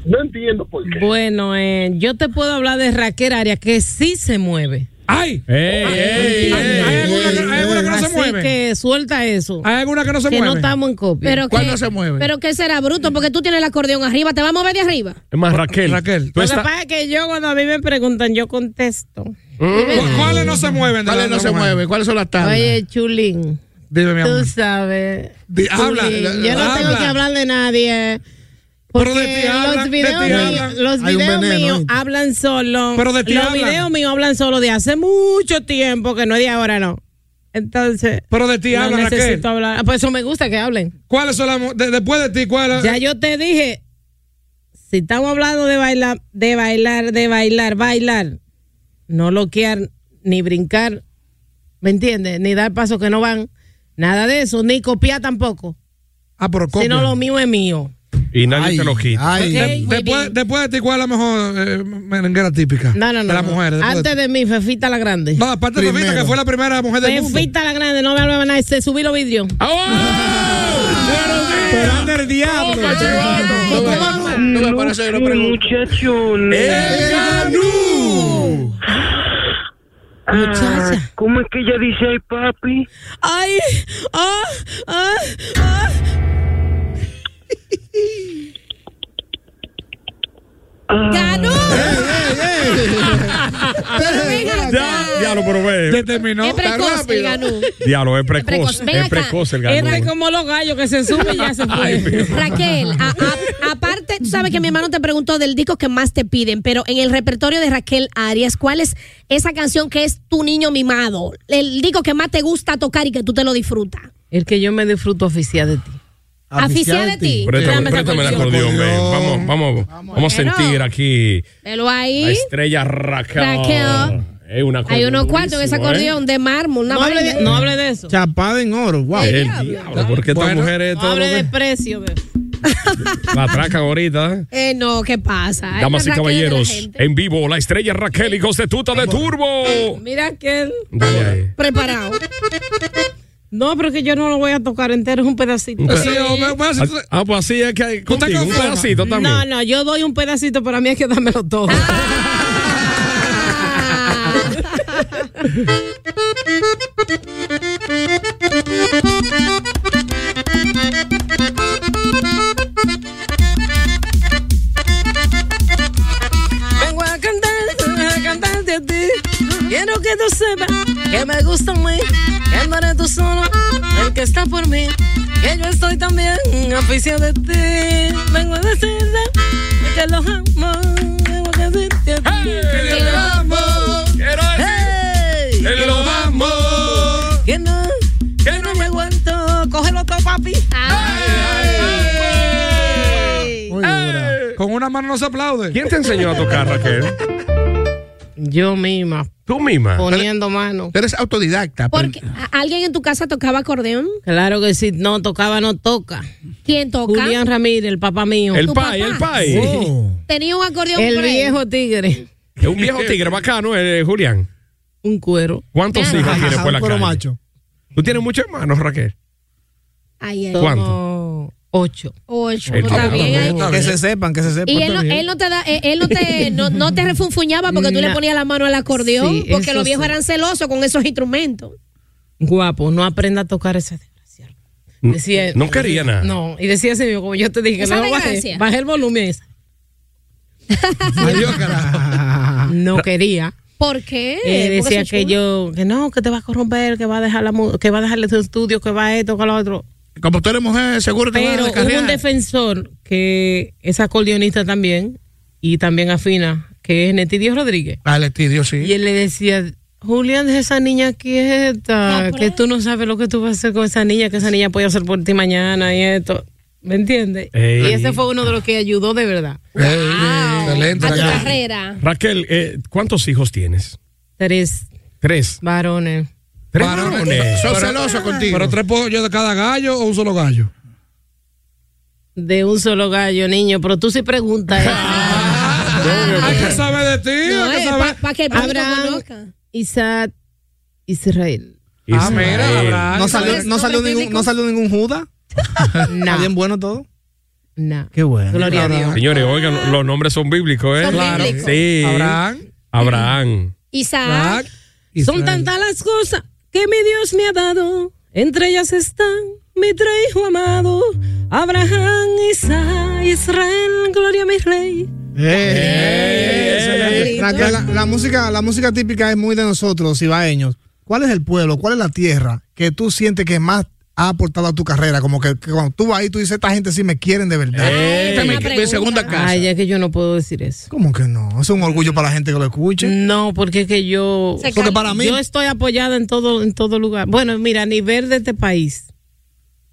I: No entiendo por qué.
F: Bueno, eh, yo te puedo hablar de Raquel Arias, que sí se mueve.
G: ¡Ay!
C: Ey, ey,
G: ¿Hay
C: ey.
G: alguna, que- hay alguna que no se
F: Así
G: mueve?
F: que suelta eso.
G: ¿Hay alguna que no se
F: que no
G: mueve?
F: estamos en copia.
D: Pero
H: ¿Cuándo
D: que-
H: se mueve?
D: Pero que será bruto, porque tú tienes el acordeón arriba, te va a mover de arriba.
C: Es más, Raquel.
G: Raquel.
C: tú
F: Lo que
C: estás-
F: pasa es que yo cuando a mí me preguntan, yo contesto.
G: ¿Cu- ¿Cuáles no se mueven? de
H: ¿Cuáles
G: las
H: no
G: de
H: se
G: las mujeres?
H: mueven? ¿Cuáles son las tablas?
F: Oye, Chulín,
G: Dime, mi amor.
F: tú sabes.
G: Di- habla,
F: Chulín,
G: la-
F: yo no
G: habla.
F: tengo que hablar de nadie. eh,
G: Pero
F: Porque
G: de ti hablan,
F: los videos,
G: de ti
F: míos-
G: hablan.
E: Hay
F: los
E: un
F: videos
E: veneno,
F: míos
E: ¿oíste?
F: hablan solo.
G: Pero de ti
F: los
G: hablan.
F: videos míos hablan solo de hace mucho tiempo, que no es de ahora, no. Entonces,
G: Pero de ti
F: no
G: habla, Raquel.
F: necesito hablar. Ah, Por eso me gusta que hablen.
G: ¿Cuáles son las mu- de- Después de ti, ¿cuáles?
F: Ya yo te dije, si estamos hablando de bailar, de bailar, de bailar, bailar, no loquear, ni brincar, ¿me entiendes? Ni dar pasos que no van, nada de eso, ni copiar tampoco.
G: Ah, pero copia.
F: Sino lo mío es mío.
C: Y nadie te lo quita.
E: Ay,
G: De-
F: muy
G: después,
F: bien.
G: después de ti, ¿cuál es la mejor eh, merenguera típica?
F: No, no, no.
G: De las
F: no.
G: mujeres. después
F: Antes
G: ti.
F: de mí, Fefita la Grande.
G: No, aparte de Fefita, que fue la primera mujer del mundo. Ah.
F: Fefita la Grande, no me hablaban nada, se subí los vidrios.
G: Pero anda el diablo.
H: No me- No me parece que no pregunto.
C: ¡El ganú!
F: Muchacha.
J: ¿Cómo es que ella dice ay papi?
F: Ay, ah, ah, ah.
D: ¡Ganó! Pero ven
E: pues,
C: Ya,
D: acá.
C: diablo, pero ve.
G: Te terminó.
D: Es precoz el ganó.
C: Diablo, es
D: precoz.
C: precoz.
D: Ven acá.
C: Es precoz el
F: Era
C: ganú.
F: como los gallos que se suben y ya se
C: Ay,
F: fue.
C: mi-
D: Raquel, a- a- aparte, tú sabes que mi hermano te preguntó del disco que más te piden, pero en el repertorio de Raquel Arias, ¿cuál es esa canción que es tu niño mimado? El disco que más te gusta tocar y que tú te lo disfrutas.
F: El que yo me disfruto oficial de ti.
D: Afición de ti.
C: Préstame,
F: Dame esa
C: préstame el
F: acordeón.
C: acordeón, ven. Vamos, vamos, vamos a
D: Bueno.
C: sentir aquí
D: Velo
C: la
D: ahí.
C: estrella Raquel.
D: Raquel.
C: Es un acordeón
D: Hay unos cuartos en ese
C: durísimo, ¿eh?
D: acordeón de mármol. una
F: No hable
D: vaina.
F: de, no hable de eso.
E: chapada en oro. Wow.
C: El diablo, porque estas
G: Bueno.
C: mujeres
F: No
C: todo lo
F: hable de
C: ven.
F: precio. ve.
C: la atracan ahorita. ¿eh?
D: Eh, no, ¿qué pasa?
C: Damas y
D: Raquel es de la
C: caballeros,
D: gente.
C: en vivo, la estrella Raquel y Tuta de Turbo.
F: Mira que él.
C: Dale ahí.
D: Preparado.
F: No, pero es que yo no lo voy a tocar entero, es un pedacito.
G: Sí, hombre, bueno, si tú-
C: Ah, pues así es que hay
G: ¿Tú estás
C: contigo, un
G: conforme?
C: pedacito también.
F: Ah. No, no, yo doy un pedacito, pero a mí hay que dármelo todo.
D: Ah.
F: Vengo a cantarte, a cantarte a ti. Quiero que tú sepas que me gusta muy, que no eres tú solo, el que está por mí, que yo estoy también aficionado de ti. Vengo a decirte que los amo, vengo a decirte a ti
B: que los amo.
F: Quiero decir
B: que los amo.
F: Que no, que no me aguanto, cógelo todo papi.
G: Muy dura. Con una mano no se aplaude.
C: ¿Quién te enseñó a tocar, Raquel?
F: Yo misma.
C: ¿Tú misma?
F: Poniendo mano.
H: Eres autodidacta.
D: Porque alguien en tu casa tocaba acordeón.
F: Claro que sí, no tocaba, no toca.
D: ¿Quién toca?
F: Julián Ramírez, el papá mío.
C: El
F: ¿Tu
C: pai,
F: papá?
C: el pai.
E: Oh.
F: Sí.
D: Tenía un acordeón.
F: El
D: por ahí.
F: viejo tigre.
C: Es un viejo tigre bacano, eh, Julián.
F: Un cuero.
C: ¿Cuántos
F: Ajá,
C: hijos
F: ajá,
C: tienes por
F: un
C: la
F: cuero
C: calle? Tú tienes muchos hermanos, Raquel.
D: Ay, ay.
C: ¿Cuánto?
F: Oh, Ocho.
D: Ocho.
C: El
D: Está
C: papá,
D: bien,
C: está
D: ahí.
C: bien.
E: Que se sepan, que se sepan.
F: pues,
D: Y él no, él no te da, eh, él no te, no, no te refunfuñaba porque tú le
F: No.
D: ponías la mano al acordeón,
F: Sí,
D: porque
F: eso
D: los viejos
F: sí.
D: eran celosos con esos instrumentos.
F: Guapo, no aprenda a tocar esa desgracia. Decía-
C: no quería nada.
F: No, y decía así, como yo te dije,
D: Esa
F: no, bajé,
D: desgracia.
F: bajé el volumen. ese. no quería.
D: ¿Por qué?
F: Eh,
D: Porque
F: decía
D: soy
F: que
D: chula.
F: yo, que no, que te va a corromper, que va a dejar la mu- que va a dejarle tu estudio, que va a esto, que lo otro.
H: Como tú eres mujer, seguro te vas a
F: Pero hubo
H: descarriar.
F: un defensor que es acordeonista también y también afina, que es Netidio Rodríguez.
H: Ah, Letidio, sí.
F: Y él le decía, Julián, deja esa niña quieta, que tú no sabes lo que tú vas a hacer con esa niña, que esa niña puede hacer por ti mañana y esto. ¿Me entiendes?
C: Ey.
F: Y ese fue uno de los que ayudó de verdad.
G: Ah,
C: Excelente,
D: Ah, a tu
C: Raquel.
D: carrera.
C: Raquel, eh, ¿cuántos hijos tienes?
F: Tres
C: Tres.
F: varones.
C: Tres
G: Varones.
C: varones.
H: Soy celoso contigo.
G: Pero tres pollos de cada gallo o un solo gallo.
F: De un solo gallo, niño, pero tú sí preguntas.
G: Hay que saber de ti,
D: No,
G: hay que
D: Ah, eh,
G: saber.
D: pa- pa' que el público
F: Abraham.
D: conozca.
F: Isaac, Israel.
G: Ah, mira,
C: Israel.
G: Abraham.
E: No salió, no salió ningún, no salió ningún Judas. Está
F: Nah,
E: bien bueno todo.
F: nah.
E: Qué bueno.
F: Gloria a Dios.
C: Señores, oigan, los nombres son bíblicos, ¿eh?
D: Son Claro. bíblicos.
C: Sí.
G: Abraham.
C: Abraham.
D: Isaac.
F: Son tantas las cosas que mi Dios me ha dado. Entre ellas están mi tres hijos amados. Abraham, Isaac, Israel, gloria a mi rey.
E: Raquel, la, la música, la música típica es muy de nosotros, ibaeños. ¿Cuál es el pueblo, cuál es la tierra que tú sientes que más ha aportado a tu carrera? Como que, que cuando tú vas ahí, tú dices, esta gente sí me quieren de verdad.
H: Esta es mi- mi, segunda casa.
F: Ay, es que yo no puedo decir eso.
E: ¿Cómo que no? Es un orgullo para la gente que lo escuche.
F: No, porque es que yo.
D: Se Porque
E: para mí-
F: Yo estoy apoyada en todo, en todo lugar. Bueno, mira, a nivel de este país.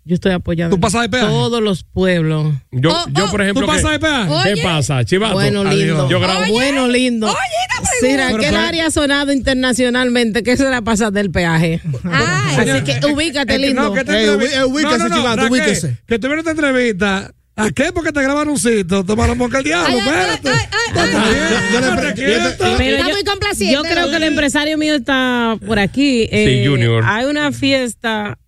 F: Yo estoy apoyada.
G: ¿Tú
F: en
G: pasas de peaje?
F: Todos los pueblos.
C: Yo,
D: Oh,
C: yo,
D: oh.
C: por ejemplo.
G: ¿Tú pasas
C: que-
G: de peaje?
C: ¿Qué
D: Oye.
C: pasa, Chivato?
F: Bueno, lindo.
C: Ah, Yo grabo.
F: Bueno, lindo.
D: Oye, esta
F: Sí,
D: pregunta.
F: Raquel Arias ha sonado internacionalmente que se la pasa del peaje.
D: Ah,
F: Así que ubícate,
G: Eh, que
F: lindo.
G: No, que te
E: Eh,
G: entrevi-
E: ubí-
G: No,
E: ubíquese,
G: no, no,
E: Chivato,
G: Raquel,
E: ubíquese.
G: Que tuvieron esta entrevista. ¿A qué? Porque te graban un sitio. Tomaron boca el diablo.
D: Ay, ay, ay,
G: Espérate.
D: ay, ay, ay.
G: Estate
E: Yo- yo le
G: quieta,
E: pre-
G: estate
E: yo le-
G: quieta.
F: Pero
D: Está muy complaciente,
F: Yo creo
D: Raúl.
F: que el empresario mío está por aquí. eh,
C: Junior.
F: Hay una fiesta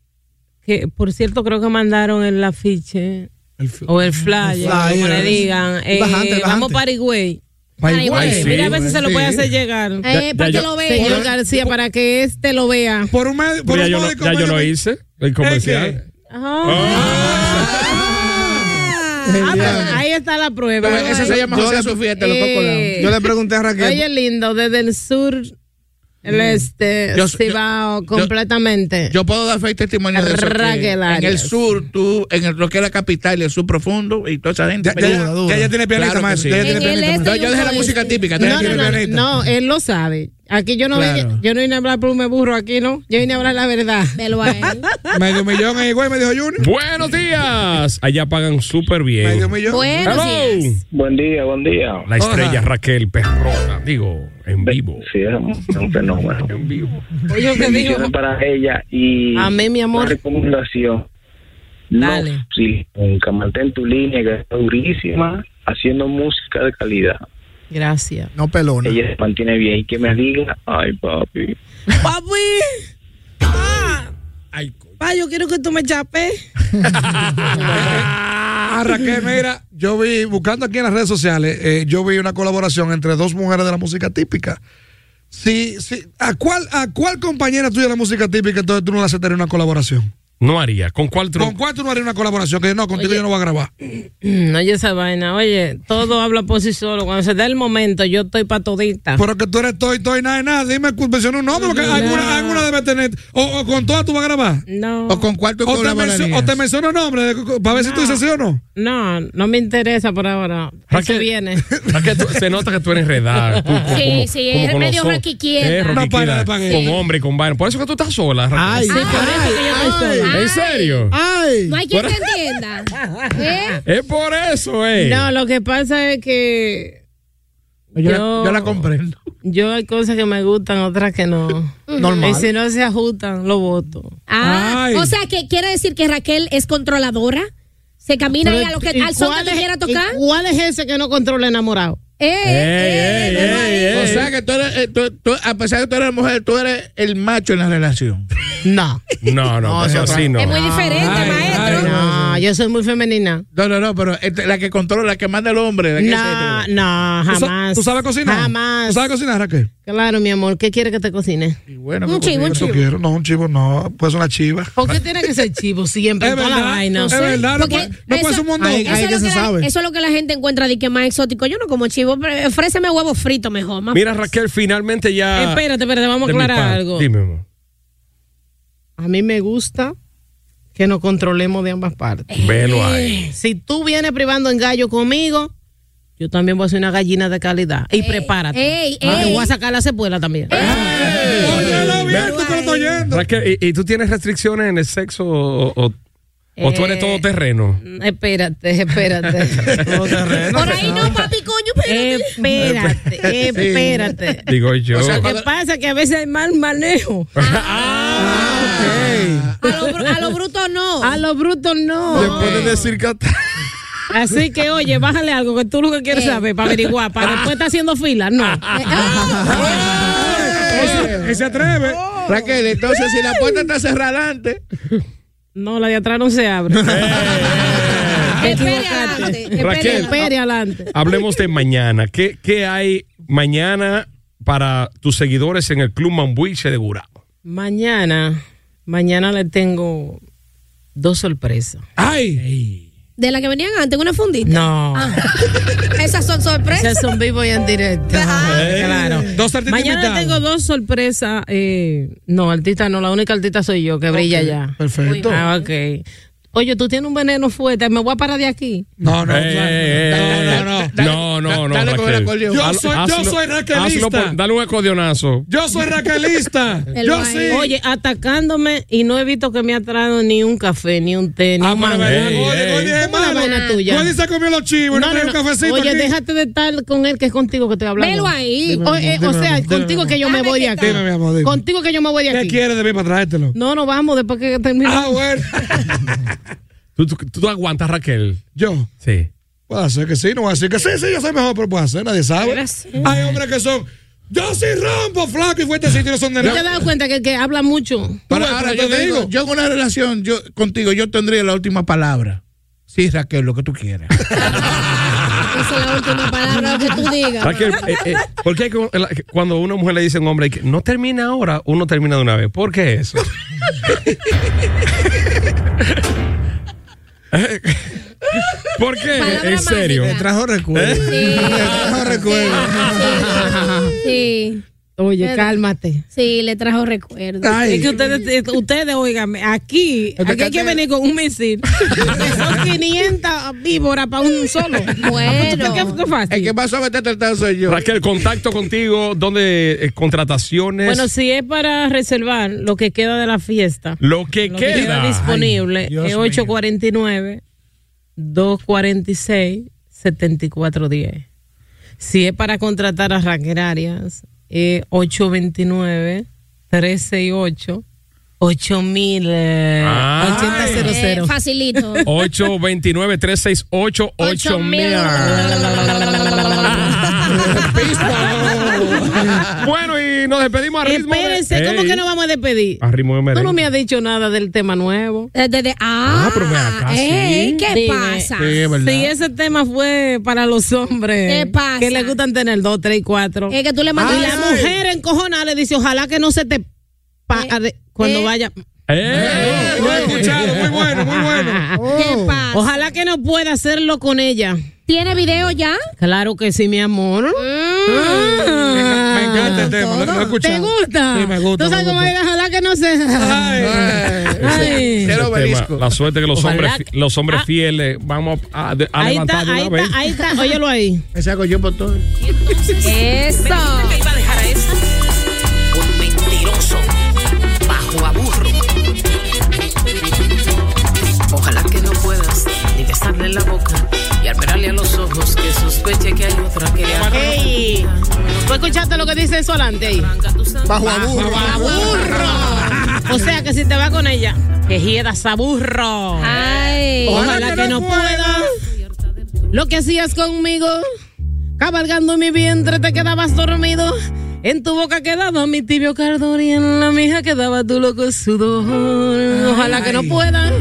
F: que, por cierto, creo que mandaron el afiche o el
E: flyer.
F: flyer, como le digan. Eh,
E: Bajante, bajante.
F: Vamos para Higüey.
G: Ay, güey.
C: Ay, sí.
F: Mira, a veces se lo
G: sí.
F: puede hacer llegar.
C: Ya- ya
D: eh, para
C: yo-
D: que lo
F: Señor
D: vean.
F: García, para que este lo vea.
G: Por un medio. Por
C: Ya
G: un
C: yo, lo,
G: módico
C: ya yo
G: medio-
C: lo hice, el comercial.
F: Ah, pero ahí está la prueba.
H: Pero ese se llama
E: Yo
H: José
E: le-
H: Sofía, te lo
F: Eh,
H: toco la- Mm.
E: Yo le pregunté a Raquel.
F: Oye, lindo, desde el sur, el este,
H: Yo- yo-
F: Cibao, completamente.
H: Yo puedo dar fe y testimonio de eso. que
F: Raquel
H: En el
F: Arias.
H: sur, tú, en el- lo que es la capital y el sur profundo, y toda esa gente.
G: Ya, ya, ya, ya, ya tiene pianista,
H: Claro que
G: maestro.
H: sí.
G: Ya, ya
D: En
G: tiene
D: el
G: pianista,
D: este
G: maestro.
H: No, yo dejé la música típica.
F: no,
H: tranquilo.
F: no, no, no, no, él lo sabe. Aquí yo no
H: Claro.
F: vine, yo no vine a hablar por un burro aquí, ¿no? Yo vine a hablar la verdad.
D: Velo a él.
G: Medio millón ahí, güey, me dijo Junior.
C: Buenos días. Allá pagan súper
G: Medio
C: bien.
G: millón.
D: Buenos días.
C: Hello.
J: Buen día, buen día.
C: La estrella Raquel Perrona, digo, en vivo.
J: Sí, es un es un fenómeno.
C: En vivo.
F: Oye, que digo,
J: Bendiciones para ella y
F: Amén, mi amor.
J: una recomendación. No,
F: Dale.
J: sí, nunca mantén tu línea que está durísima haciendo música de calidad.
F: gracias.
E: No pelona.
J: Ella se mantiene bien y que me diga, ay papi.
F: Papi,
C: Ay,
F: pa, yo quiero que tú me chapes.
G: Ah, Raquel, mira, yo vi, buscando aquí en las redes sociales, eh, yo vi una colaboración entre dos mujeres de la música típica. Sí, sí. ¿A cuál, ¿A cuál compañera tuya de la música típica entonces tú no le aceptarías una colaboración?
C: No haría. ¿Con cuál tru-
G: ¿Con cuál tú no harías una colaboración? Que no, contigo yo no voy a grabar.
F: No Mm, oye esa vaina, oye, todo habla por sí solo. Cuando se da el momento, yo estoy pa' todita.
G: Pero que tú eres toy, toy, nada, nada. Dime, cu- menciona un nombre, porque alguna, alguna debe tener. O, o con todas tú vas a grabar.
F: No.
H: ¿O con cuál tú
G: O te,
H: colaborarías?
G: mencio- o te menciona un nombre, de- para ver si tú dices sí o no.
F: No, no me interesa por ahora. Eso
C: Raquel.
F: viene.
C: Raquel, tú- se nota que tú eres redada. Tú,
D: Sí,
C: como-
D: sí,
C: como
D: es
C: con
D: medio
C: nosotros.
D: raquiquiera.
C: Es
D: Una
C: raquiquiera,
G: pana de
C: Con
G: panel.
C: hombre y con vaina. Por eso que tú estás sola, Raquel.
H: Ay,
F: Sí, por eso que yo no estoy.
C: ¿En serio?
F: Ah.
H: ay.
D: No hay quien
C: Por-
D: te entienda. ¿Eh?
C: Es por eso, eh.
F: No, lo que pasa es que
H: Yo, la-
F: Yo-
H: yo la comprendo.
F: yo hay cosas que me gustan, otras que no.
H: Normal.
F: Y si no se ajustan, lo voto.
D: Ah,
G: Ay.
D: o sea que quiere decir que Raquel es controladora. Se camina ahí a lo que,
F: ¿Y
D: al son que
F: cuál
D: tú
F: es-
D: quieras
F: y
D: tocar.
F: ¿Cuál es ese que no controla enamorado?
D: Eh, eh,
C: Ey, ey,
D: eh,
C: ey, ey.
H: O sea que tú eres, eh, tú- tú- a pesar de que tú eres mujer, tú eres el macho en la relación.
F: No.
C: No, no,
H: No,
C: pero
H: eso
C: así no.
D: Es muy diferente,
H: Ay,
D: maestro.
H: ay,
F: No, yo soy muy femenina.
H: No, no, no, pero este, la que controla, la que manda el hombre. La que
F: No, no,
G: este? ¿Tú sa-
F: jamás.
G: ¿Tú sabes cocinar? ¿Tú
F: Jamás.
G: sabes cocinar, Raquel?
F: Claro, mi amor, ¿qué quiere que te cocine?
H: Y bueno,
D: Un
H: que
D: chivo, un
H: contigo-
G: Eso quiero. No, un chivo no. Pues una chiva.
F: ¿Por qué tiene que ser chivo siempre?
G: Es
F: en toda la
G: verdad,
F: vaina?
G: es
F: Sí.
G: verdad, Ah, no
D: Porque
G: puede- no puede
D: eso-
G: ser un mondongo.
D: Eso
H: Ahí
D: es
H: que
D: lo
H: se
D: que la-
H: sabe.
D: eso es lo que la gente encuentra de que es más exótico. Yo no como chivo, pero ofréceme huevo frito mejor. más-
C: Mira, Raquel, finalmente ya.
F: Espérate, espérate, vamos a
C: de mi
F: aclarar
C: parte.
F: algo.
C: Dime, amor.
F: A mí me gusta que nos controlemos de ambas partes.
C: Velo ahí.
F: Si tú vienes privando en gallo conmigo, yo también voy a ser una gallina de calidad. Y prepárate.
D: ey,
F: Ah, te
D: ey.
F: voy a sacar la sepuela también. Ah,
G: Óyelo bien, tú que lo estás oyendo.
C: Raquel, ¿y, y tú tienes restricciones en el sexo o, o- o tú eres
F: Eh.
C: todo terreno?
F: Espérate, espérate.
D: Por ahí no, papi, coño,
F: Eh,
D: espérate.
F: espérate, espérate.
C: Digo yo.
H: O sea,
F: Lo que pasa es que a veces hay mal manejo.
C: Ah,
D: A lo, bru- a lo bruto no.
F: A los brutos no.
C: Después de decir que hasta-
F: Así que, oye, bájale algo que tú lo que quieres saber para averiguar, para después estar haciendo fila. No.
D: Eh, ah.
G: Él se atreve.
H: Raquel, entonces si la puerta está cerrada antes,
F: No, la de atrás no se abre.
D: Eh,
F: Te
D: Espere
F: equivocaste.
D: adelante,
C: Raquel.
D: eh.
F: Espere adelante.
C: Hablemos de mañana. ¿Qué, qué hay mañana para tus seguidores en el Club Mambuiche de Gurabo?
F: Mañana, mañana le tengo dos sorpresas.
C: ¡Ay!
D: De la que venían antes, una fundita.
F: No.
G: Ah.
D: Esas son sorpresas.
F: Esas son vivo y en directo. Claro.
G: Ah. Dos artistas
F: Mañana le
G: invitados.
F: tengo dos sorpresas. eh, no, artista no, la única artista soy yo que brilla ya.
G: perfecto.
F: Ah, ok. Oye, tú tienes un veneno fuerte, me voy a parar de aquí.
G: No, no,
C: Eh, eh,
G: no, no, no.
C: eh, no, no, no,
H: dale con el
C: Raquel.
H: acordeón.
G: Yo
C: Hazlo-
G: soy- yo
C: hazlo-
G: soy raquelista.
C: hazlo por- Dale un acordeonazo.
G: Yo soy raquelista.
D: El
G: Yo
D: guay.
G: sí.
F: Oye, atacándome y no he visto que me ha traído ni un café, ni un té, ni
G: Ah,
F: un
G: bueno,
F: mango.
G: bueno,
C: Ey,
G: oye,
C: ey.
G: oye,
F: ¿Cómo la
G: hermano,
F: vaina tuya?
G: Juan se comió los chivos, no, trae un cafecito
F: Oye,
G: aquí.
F: déjate de estar con él que es contigo que estoy hablando.
D: Velo ahí.
F: O, eh, o sea, contigo que yo me
D: Dame
F: voy
D: que
F: de aquí.
G: Dime, mi amor, dime.
F: Contigo que yo me voy de
G: ¿Qué
F: aquí.
G: quieres de mí para traértelo?
F: No, no vamos después que termine.
G: Ah, bueno.
C: ¿Tú, tú, tú aguantas, Raquel?
G: Yo.
C: Sí.
G: Puede ser que sí, no voy a decir que sí, sí, yo soy mejor, pero puede ser, nadie sabe.
F: Gracias.
G: Hay hombres que son, yo sí rompo, flaco y fuertecito y no son de
F: ¿No te has
G: nada.
F: dado cuenta que el que habla mucho?
H: para
G: ves,
H: ahora
G: pero
H: yo
G: te
H: te
G: digo.
H: digo, yo en una relación yo, contigo, yo tendría la última palabra. Sí, Raquel, lo que tú quieras.
D: Esa es la última palabra que tú digas.
C: Raquel, eh, eh, ¿por qué cu- la- cuando una mujer le dice a un hombre que no termina ahora, uno termina de una vez? ¿Por qué eso? ¿Por qué?
D: Palabra
C: en serio.
D: mágica.
H: Trajo recuerdos. Trajo recuerdos.
D: Sí,
F: Oye,
D: Pero-
F: cálmate.
D: sí, le trajo recuerdos.
F: Es que ustedes, eh, ustedes, óigame, aquí, aquí hay que venir con un misil. Porque son 500 víboras para un solo.
D: Bueno.
F: ¿Qué, qué fácil?
H: El que más suave está tratado soy yo.
C: Raquel, contacto contigo, ¿dónde? eh, contrataciones.
F: Bueno, si es para reservar lo que queda de la fiesta,
C: lo que
F: lo que queda
C: queda.
F: disponible es 849-246-7410. Si es para contratar a Raquel Arias, es 829-368. 8000 eh,
C: Ah.
F: 8000.
D: Eh, facilito.
C: 829-368-8000.
D: mil.
C: Bueno, y nos despedimos a ritmo de-
F: Espérense, ¿cómo
C: Ey. Ah,
F: que no vamos a despedir?
C: A ritmo de
F: Tú no
C: merengue.
F: me has dicho nada del tema nuevo.
D: ah,
C: pero ve acá, sí.
F: ey, ¿qué
D: Dime.
F: pasa?
C: Sí, es verdad.
F: si ese tema fue para los hombres
D: ¿Qué pasa?
F: que les gustan tener dos, tres y cuatro.
D: Es que tú le mandas
F: y la
D: Ay.
F: mujer encojonada le dice, ojalá que no se te pare cuando vaya. Ah,
C: Eh, lo he escuchado, muy bueno, muy bueno.
F: Oh.
D: ¿Qué pasa?
F: Ojalá que no pueda hacerlo con ella.
D: ¿Tiene video ya?
F: Claro que sí, mi amor.
D: Mm.
F: Ah.
G: Me encanta el tema, lo, lo he
F: ¿Te
G: escuchado.
F: gusta?
G: Sí, me gusta,
F: ¿Tú sabes
G: me
F: cómo
G: gusta.
F: es? Ojalá que no se... Ay.
C: Ese
H: Cero
C: tema,
H: obelisco.
C: la suerte que los
F: Ojalá
C: hombres,
F: que-
C: los hombres
F: Ah.
C: fieles vamos a, a
F: Ahí está,
C: levantar de
F: ahí
C: una vez.
F: está, ahí está. Óyelo ahí.
H: Ese hago yo por todo.
D: Eso.
K: iba a dejar a esa? Un mentiroso, bajo aburro. Ojalá que no puedas ni besarle la boca y al mirarle a los ojos que sospeche que hay otra que le ama.
F: Ey, ¿tú escuchaste lo que dice eso adelante ahí?
E: Bajo aburro.
F: ¡Aburro! O sea que si te va con ella, que hieras aburro.
D: Ay.
F: Ojalá que no pueda. Lo que hacías conmigo, cabalgando en mi vientre, te quedabas dormido. En tu boca quedaba mi tibio cardor y en la mija quedaba tu loco sudor. Ojalá que no pueda.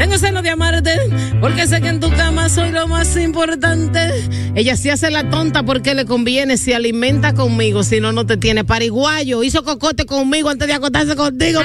F: Tengo celo de amarte, porque sé que en tu cama soy lo más importante. Ella sí hace la tonta porque le conviene, se alimenta conmigo, si no, no te tiene. Pariguayo hizo cocote conmigo antes de acostarse contigo.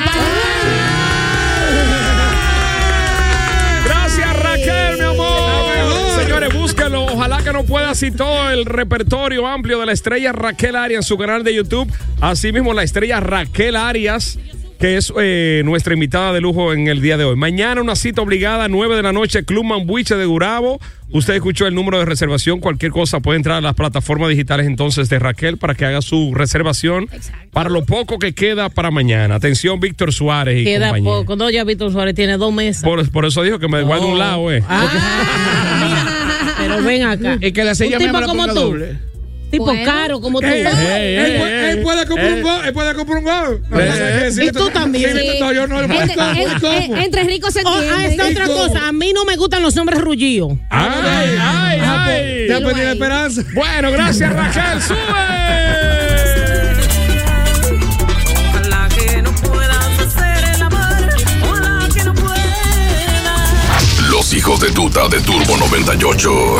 C: Gracias, Raquel, mi amor. Señores, búsquenlo. Ojalá que no pueda así todo el repertorio amplio de la estrella Raquel Arias en su canal de YouTube. Asimismo, la estrella Raquel Arias, que es eh, nuestra invitada de lujo en el día de hoy. Mañana una cita obligada, 9 de la noche, Club Mambuiche de Gurabo. Usted escuchó el número de reservación. Cualquier cosa puede entrar a las plataformas digitales entonces de Raquel para que haga su reservación para lo poco que queda para mañana. Atención, Víctor Suárez y
F: Queda
C: compañía.
F: poco. No, ya Víctor Suárez tiene dos meses.
C: Por, por eso dijo que me guardo un lado, eh.
F: Pero ven acá.
H: Ah, Y que la
F: Un
H: silla me
F: tipo
H: la
F: como
H: ponga
F: tú.
H: doble. Eh,
F: Tipo
D: Bueno.
F: caro como tú.
G: Él,
C: Ey,
G: él
C: ey,
G: puede-
C: ey,
G: él puede comprar
C: ey.
G: un gol, él puede comprar un gol. Lo que pasa es que
C: Eh,
G: si
F: Y
G: le
F: tú
G: toca-
F: también.
G: si le toca yo, no, él puede
D: Entre,
G: comprar,
D: en-
G: ¿cómo?
D: en- entre ricos se
F: Oh, ah,
D: entiende.
F: esta otra
G: ¿Cómo?
F: cosa. A mí no me gustan los hombres rullidos.
C: Ay, ay, ay.
G: Ya perdí la esperanza.
C: Bueno, gracias Raquel, sube.
K: Ojalá que no puedas hacer el amor. Ojalá que no puedas.
A: Los hijos de tuta de Turbo 98.